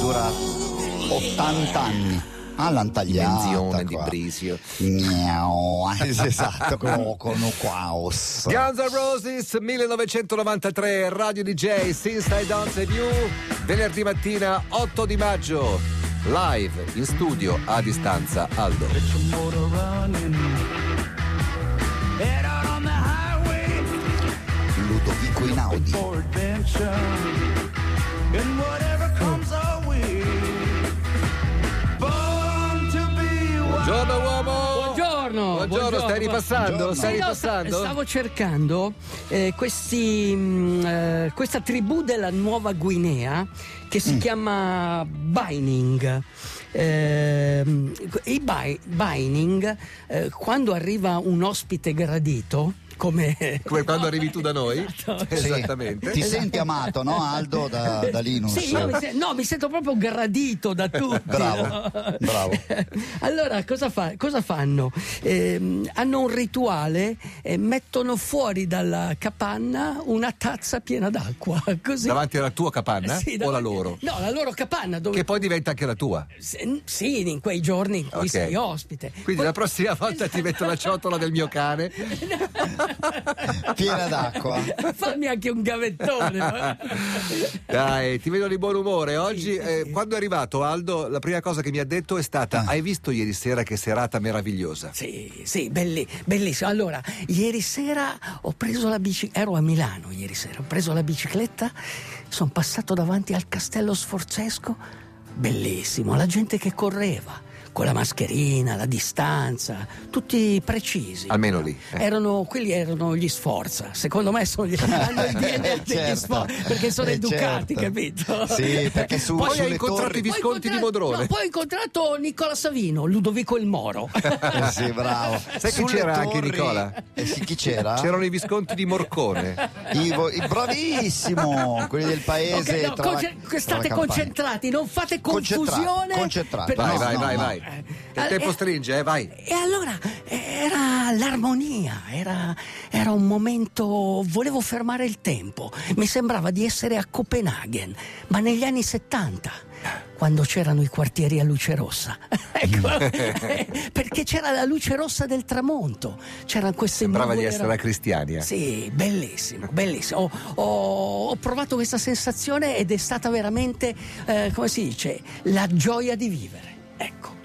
dura 80 anni. Ah, l'hanno tagliata Menzione di qua. Brisio. Miau, esatto, con, con Quaos. Guns N' Roses 1993, Radio DJ, Since I Don't Save You, venerdì mattina 8 di maggio, live in studio a distanza Aldo. Get your motor running. Head out on the highway Ludovico Inaudi. for adventure. And whatever comes our way. Born to be wild. Buongiorno uomo! Buongiorno, Buongiorno, buongiorno. stai ripassando? Buongiorno. Stai Sì, no, ripassando? sta- Stavo cercando eh, questi, mh, eh, questa tribù della Nuova Guinea che si chiama Binding. Ehm, I Bai- Binding, eh, quando arriva un ospite gradito, come Come quando arrivi tu da noi? Esatto. Sì. Esattamente. Ti senti amato, no, Aldo, da, da Linus? Sì, io mi sen- no, mi sento proprio gradito da Eh, tutti. Bravo, no? bravo. Allora, cosa, fa- cosa fanno? Ehm, hanno un rituale e mettono fuori dalla capanna una tazza piena d'acqua. Così. Davanti alla tua capanna Sì, o la davanti- loro? No, la loro capanna dove Che poi diventa anche la tua. se- Sì, in quei giorni in cui Ok. sei ospite. Quindi la prossima volta ti metto la ciotola del mio cane. Piena d'acqua. Fammi anche un gavettone. no? Dai, ti vedo di buon umore. Oggi, Sì, sì, eh, sì. quando è arrivato Aldo, la prima cosa che mi ha detto è stata: Hai visto ieri sera che serata meravigliosa? Sì, sì, belli- bellissimo. Allora, ieri sera ho preso la bicicletta, ero a Milano ieri sera, ho preso la bicicletta, sono passato davanti al castello sforzesco, bellissimo, la gente che correva, con la mascherina, la distanza, tutti precisi. Almeno lì. eh. Erano, quelli erano gli sforza, secondo me sono gli, hanno il DNA Eh, Certo. degli sforza, perché sono eh, certo. educati, capito? Sì, perché su, Poi hai sulle incontrato torri... i vi- Visconti Poi ho di incontrato- Modrone. no, poi ho incontrato Nicola Savino, Ludovico il Moro. Eh, sì, bravo. Sai chi c'era anche, Nicola? Eh, sì, chi c'era? Ah. C'erano i visconti di Morcone. Ivo, i- bravissimo, quelli del paese. Ah. Ok, no, tra conce- la- tra la state campagna. concentrati, non fate Concentrati, confusione. concentrati. perché- Vai, No, vai, no, vai, no. vai. Eh, Il tempo eh, stringe, eh, vai. E allora era l'armonia, era, era un momento, volevo fermare il tempo, mi sembrava di essere a Copenaghen, ma negli anni 70, quando c'erano i quartieri a luce rossa, ecco, eh, perché c'era la luce rossa del tramonto, c'erano queste Sembrava di nuvole essere eh. a Cristiania. sì, bellissimo, bellissimo. Ho, ho- ho provato questa sensazione ed è stata veramente, eh, come si dice, la gioia di vivere. Ecco.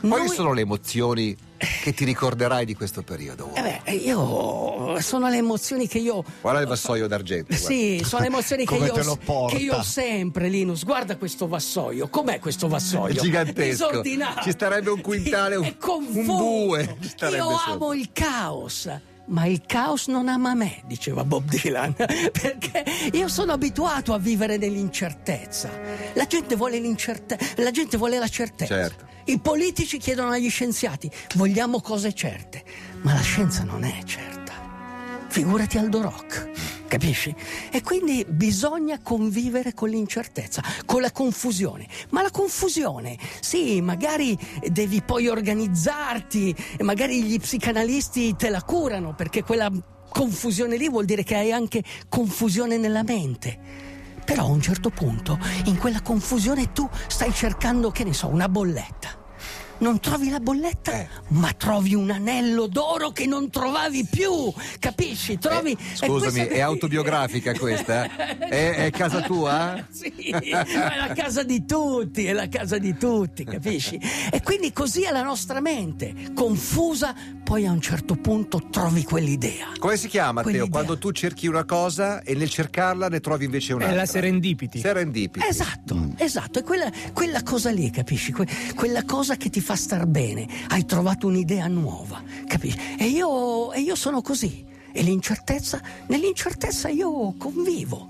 Quali Noi- sono le emozioni che ti ricorderai di questo periodo? uomo? Eh beh, io sono le emozioni che io. Guarda il vassoio d'argento. guarda. Sì, sono le emozioni che, Come io, te lo porta. che io ho sempre, Linus. Guarda questo vassoio. Com'è questo È vassoio? gigantesco. Disordinato. Ci starebbe un quintale, un- È confuso. un bue. Ci starebbe Io sotto. amo il caos. Ma il caos non ama me, diceva Bob Dylan, perché io sono abituato a vivere nell'incertezza. La gente vuole l'incertezza, la gente vuole la certezza. Certo. I politici chiedono agli scienziati, vogliamo cose certe, ma la scienza non è certa. Figurati Aldo Rock, capisci? E quindi bisogna convivere con l'incertezza, con la confusione. Ma la confusione, sì, magari devi poi organizzarti, e magari gli psicanalisti te la curano, perché quella confusione lì vuol dire che hai anche confusione nella mente. Però a un certo punto, in quella confusione, tu stai cercando, che ne so, una bolletta. Non trovi la bolletta, Eh. ma trovi un anello d'oro che non trovavi più, capisci? Trovi. Eh, e scusami, questa- è autobiografica questa? È- è casa tua? sì, ma è la casa di tutti, è la casa di tutti, capisci? E quindi così è la nostra mente, confusa, poi a un certo punto trovi quell'idea. Come si chiama, Matteo? Quell'idea. Quando tu cerchi una cosa e nel cercarla ne trovi invece un'altra. È la serendipity. Eh Serendipity. Esatto, esatto, è quella, quella cosa lì, capisci? Que- quella cosa che ti fa star bene, hai trovato un'idea nuova, capisci? E io, e io sono così, e l'incertezza, nell'incertezza io convivo.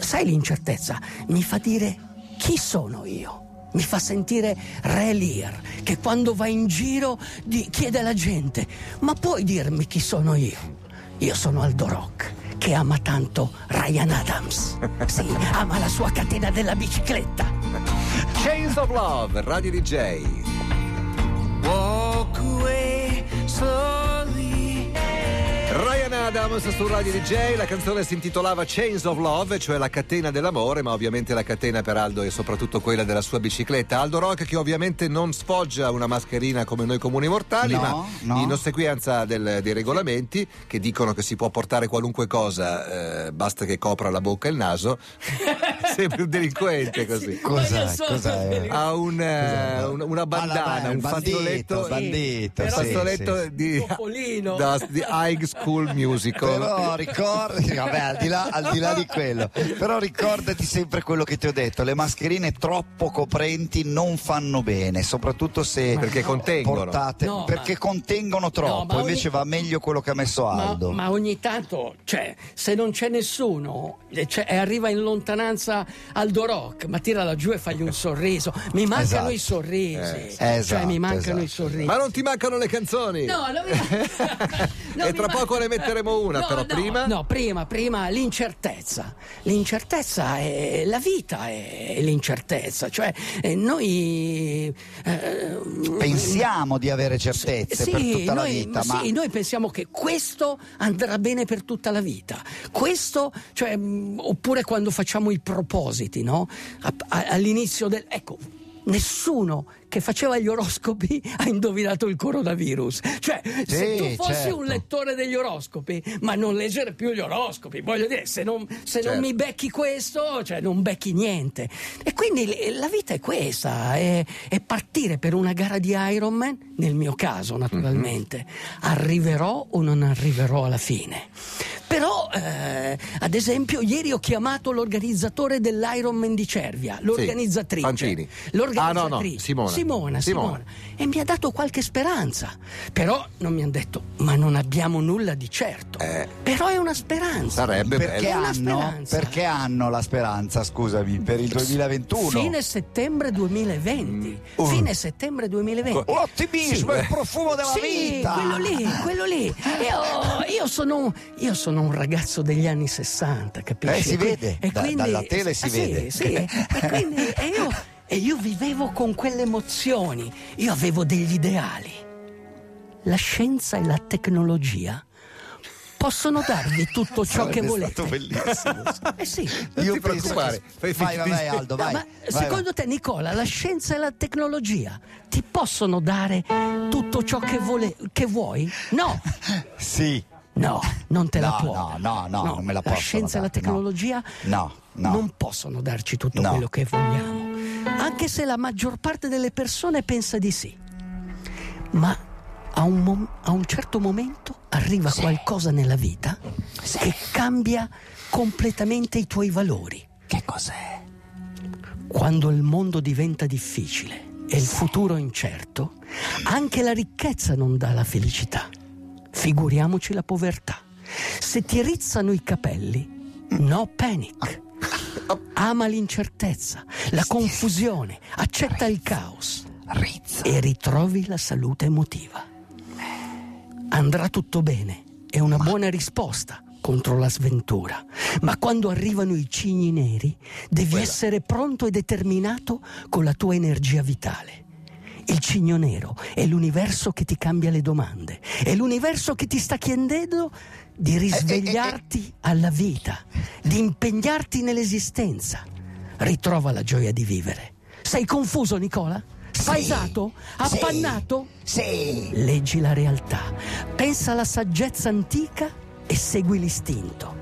Sai l'incertezza? Mi fa dire chi sono io. Mi fa sentire Re Lear, che quando va in giro di- chiede alla gente, ma puoi dirmi chi sono io? Io sono Aldo Rock, che ama tanto Ryan Adams. Sì, ama la sua catena della bicicletta. Chains of Love, Radio DJ. Walk away slowly. Ryan Adams su Radio DJ, la canzone si intitolava Chains of Love, cioè la catena dell'amore, ma ovviamente la catena per Aldo è soprattutto quella della sua bicicletta. Aldo Rock che ovviamente non sfoggia una mascherina come noi comuni mortali, No, ma no. in ossequienza del- dei regolamenti che dicono che si può portare qualunque cosa, eh, basta che copra la bocca e il naso, sempre un delinquente così. Cos'è? Voglio solo Cos'è? sapere. Ha un, eh, un- una Ah, bandana, vabbè, un bandito, fazzoletto, bandito, un sì, fazzoletto sì, sì. di, Topolino. da- di High School Ecco. Musical. Però ricordi, vabbè, al di, là, al di là di quello, però ricordati sempre quello che ti ho detto: le mascherine troppo coprenti non fanno bene, soprattutto se Perché contengono. portate- No, ma- perché contengono troppo. ma ogni- invece va meglio quello che ha messo Ma, Aldo. ma ogni tanto, cioè, se non c'è nessuno eh, c'è- e arriva in lontananza Aldo Rock, ma tirala giù e fagli un sorriso. Mi mancano Esatto. i sorrisi. Eh, cioè, esatto, mi mancano esatto. i sorrisi. Ma non ti mancano le canzoni? No, non mi e non mi tra manca- poco ne metteremo una, No, però no, prima. No, prima, prima l'incertezza. L'incertezza è la vita, è l'incertezza. Cioè, eh, noi. eh, Pensiamo di avere certezze sì, per tutta la noi, vita, sì, ma noi pensiamo che questo andrà bene per tutta la vita. Questo, cioè, mh, oppure quando facciamo i propositi, no? A- a- all'inizio del. Ecco. Nessuno che faceva gli oroscopi ha indovinato il coronavirus. Cioè, se Sì, tu fossi certo. un lettore degli oroscopi, ma non leggere più gli oroscopi, voglio dire, se non, se non Certo. mi becchi questo, cioè non becchi niente. E quindi l- la vita è questa, è, è partire per una gara di Ironman, nel mio caso naturalmente, Mhm. arriverò o non arriverò alla fine. Però, eh, ad esempio, ieri ho chiamato l'organizzatore dell'Ironman di Cervia, l'organizzatrice. Pancini. L'organizzatrice. Ah, no, no, Simona. Simona. Simona, Simona. E mi ha dato qualche speranza. Però non mi hanno detto, ma non abbiamo nulla di certo. Eh. Però è una speranza. Sarebbe perché bello. Una hanno, speranza. perché hanno la speranza, scusami, per il 2021? Fine settembre 2020. Mm. Fine settembre 2020. L'ottimismo, Sì. il profumo della Sì, vita. quello lì, quello lì. oh, Io, io sono, un- io sono un ragazzo degli anni 60, capisci? Eh, si E qui- vede, da- dalla tele si eh, sì, vede. sì. e quindi e io, e io vivevo con quelle emozioni, io avevo degli ideali. La scienza e la tecnologia possono darvi tutto ciò che Sarebbe volete. stato bellissimo. Eh sì. Non ti penso preoccupare, fai che- vai, finta vai, di- vai, Aldo, vai. No, ma vai, secondo vai. te, Nicola, la scienza e la tecnologia ti possono dare tutto ciò che, vole- che vuoi? No, Sì. no, non te la No, può. no, dare. no, no, non me la La possono scienza e la dare, no. tecnologia No, no. non possono darci tutto No. quello che vogliamo, anche se la maggior parte delle persone pensa di sì. Ma a un, mom- a un certo momento arriva qualcosa nella vita che cambia completamente i tuoi valori. Che cos'è? Quando il mondo diventa difficile e il futuro incerto, anche la ricchezza non dà la felicità. Figuriamoci la povertà. Se ti rizzano i capelli, no panic. Ama l'incertezza, la confusione, accetta il caos Rizza. e ritrovi la salute emotiva. Andrà tutto bene, è una buona risposta contro la sventura, ma quando arrivano i cigni neri devi essere pronto e determinato con la tua energia vitale. Il cigno nero è l'universo che ti cambia le domande, è l'universo che ti sta chiedendo di risvegliarti alla vita, di impegnarti nell'esistenza. Ritrova la gioia di vivere. Sei confuso, Nicola? Spaesato? Appannato? Sì. Leggi la realtà, pensa alla saggezza antica e segui l'istinto.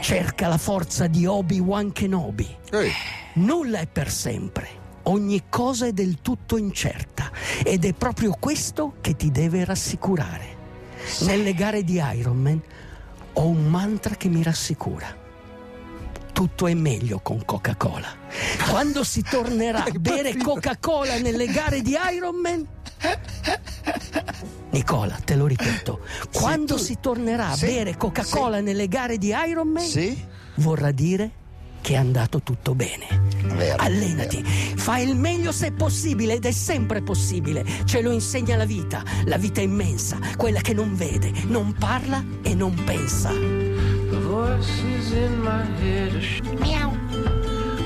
Cerca la forza di Obi-Wan Kenobi. Ehi, Nulla è per sempre, ogni cosa è del tutto incerta ed è proprio questo che ti deve rassicurare. Nelle gare di Ironman ho un mantra che mi rassicura. Tutto è meglio con Coca-Cola. Quando si tornerà a bere Coca-Cola nelle gare di Ironman... Nicola, te lo ripeto, quando si tornerà a sì, bere Coca-Cola nelle gare di Ironman Sì? vorrà dire che è andato tutto bene. Vero, Allenati, fai il meglio se possibile ed è sempre possibile, ce lo insegna la vita, la vita immensa, quella che non vede, non parla e non pensa. The voices in my head are sh-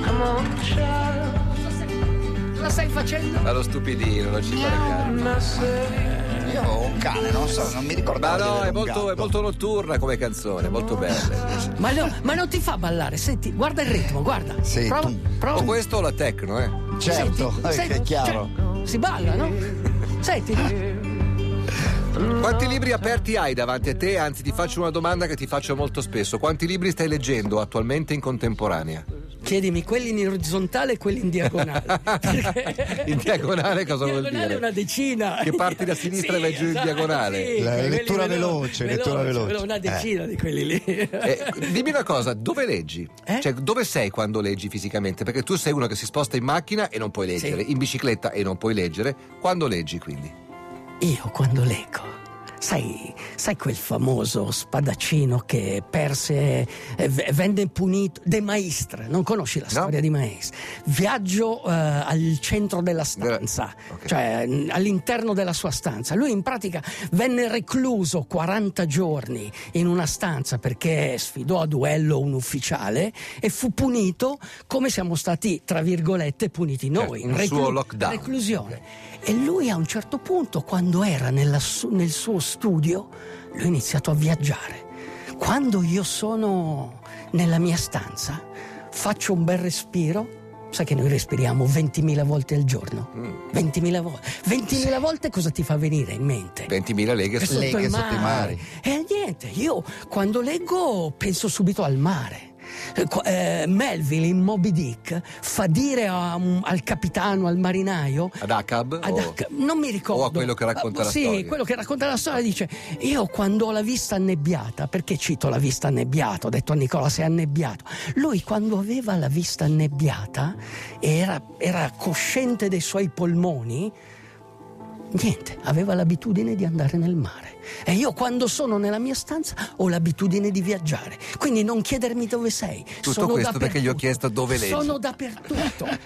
Come on, child, Cosa stai facendo? allo stupidino, non ci fare caso. and I say, io ho un cane, non so, non mi Ma ricordavo. di no, avere è un molto, gatto. è molto notturna come canzone, molto bella. Ma, no, ma non ti fa ballare, senti, guarda il ritmo, guarda. Sì, prova, tum, prova. O Oh, questo o la techno, eh? Certo, Senti, eh, senti, è chiaro. cioè, si balla, no? Senti, Quanti libri aperti hai davanti a te? Anzi, ti faccio una domanda che ti faccio molto spesso. Quanti libri stai leggendo attualmente in contemporanea? chiedimi quelli in orizzontale e quelli in diagonale. Perché- In diagonale cosa vuol Diagonale dire? una decina. esatto, Che parti da sinistra e vai giù in diagonale. La quelli lettura velo- veloce, lettura veloce. Eh. Una decina di quelli lì. Eh, dimmi una cosa, dove leggi? Eh? Cioè, dove sei quando leggi fisicamente? Perché tu sei uno che si sposta in macchina e non puoi leggere, in bicicletta e non puoi leggere. Quando leggi, quindi? Io quando leggo, sai, sai quel famoso spadaccino che perse, eh, v- vende punito, De Maistre, non conosci la No. storia di Maistre? Viaggio eh, al centro della stanza, ok. cioè mh, all'interno della sua stanza. Lui in pratica venne recluso 40 giorni in una stanza perché sfidò a duello un ufficiale e fu punito come siamo stati, tra virgolette, puniti noi. Certo, il suo lockdown. Reclusione. E lui a un certo punto, quando era nella su- nel suo studio, lui ha iniziato a viaggiare. Quando io sono nella mia stanza, faccio un bel respiro. Sai che noi respiriamo 20.000 volte al giorno? 20.000 volte. 20.000 volte cosa ti fa venire in mente? 20.000 leghe su. Sì. Lei sotto che il è sotto i mare. mari. E niente, io quando leggo penso subito al mare. Eh, qu- eh, Melville in Moby Dick fa dire a un- al capitano, al marinaio, Ad ACAB? ad o- H- non mi ricordo. o a quello che racconta Ah, la sì, storia. quello che racconta la storia dice: Io quando ho la vista annebbiata, perché cito la vista annebbiata? Ho detto a Nicola: Sei annebbiato. Lui, quando aveva la vista annebbiata, era, era cosciente dei suoi polmoni. Niente, aveva l'abitudine di andare nel mare. E io quando sono nella mia stanza ho l'abitudine di viaggiare. Quindi non chiedermi dove sei. Tutto sono questo perché gli ho dappertutto. chiesto dove leggi. Sono dappertutto.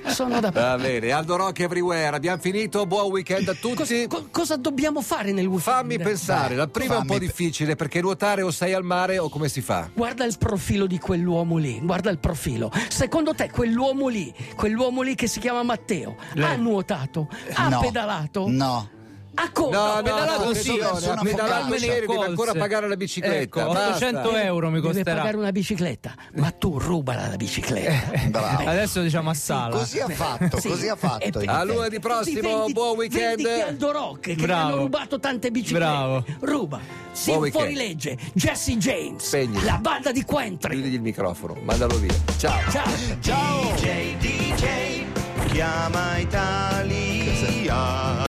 Sono dappertutto. Va bene, Aldo Rock Everywhere, abbiamo finito, buon weekend a tutti. Cosa, co- cosa dobbiamo fare nel weekend? Fammi pensare, la prima è un po' Fammi pe- difficile perché nuotare o sei al mare o come si fa? Guarda il profilo di quell'uomo lì, guarda il profilo. Secondo te quell'uomo lì, quell'uomo lì che si chiama Matteo, ha nuotato, cioè, ha No, pedalato, No. ha corso, No, ha no, pedalato, no, sì, attenzione, sono a pedalare affogato. neri, devi ancora pagare la bicicletta. Ecco, basta. 800 euro mi deve costerà. pagare una bicicletta, ma tu rubala la Eh, bicicletta. Bravo. Adesso diciamo a sala. Così ha fatto, Eh, Sì. Eh, così ha E fatto. poi- A lunedì prossimo, Così vendi- buon weekend. Vendi che Aldo Rock che ti Bravo. hanno rubato tante biciclette. Bravo. Ruba. Sì, Buon weekend. fuori legge. Jesse James. Spegni. La banda di Quentry. Chiudili il microfono, mandalo via. Ciao. Ciao. Ciao. DJ, DJ, chiama Italia.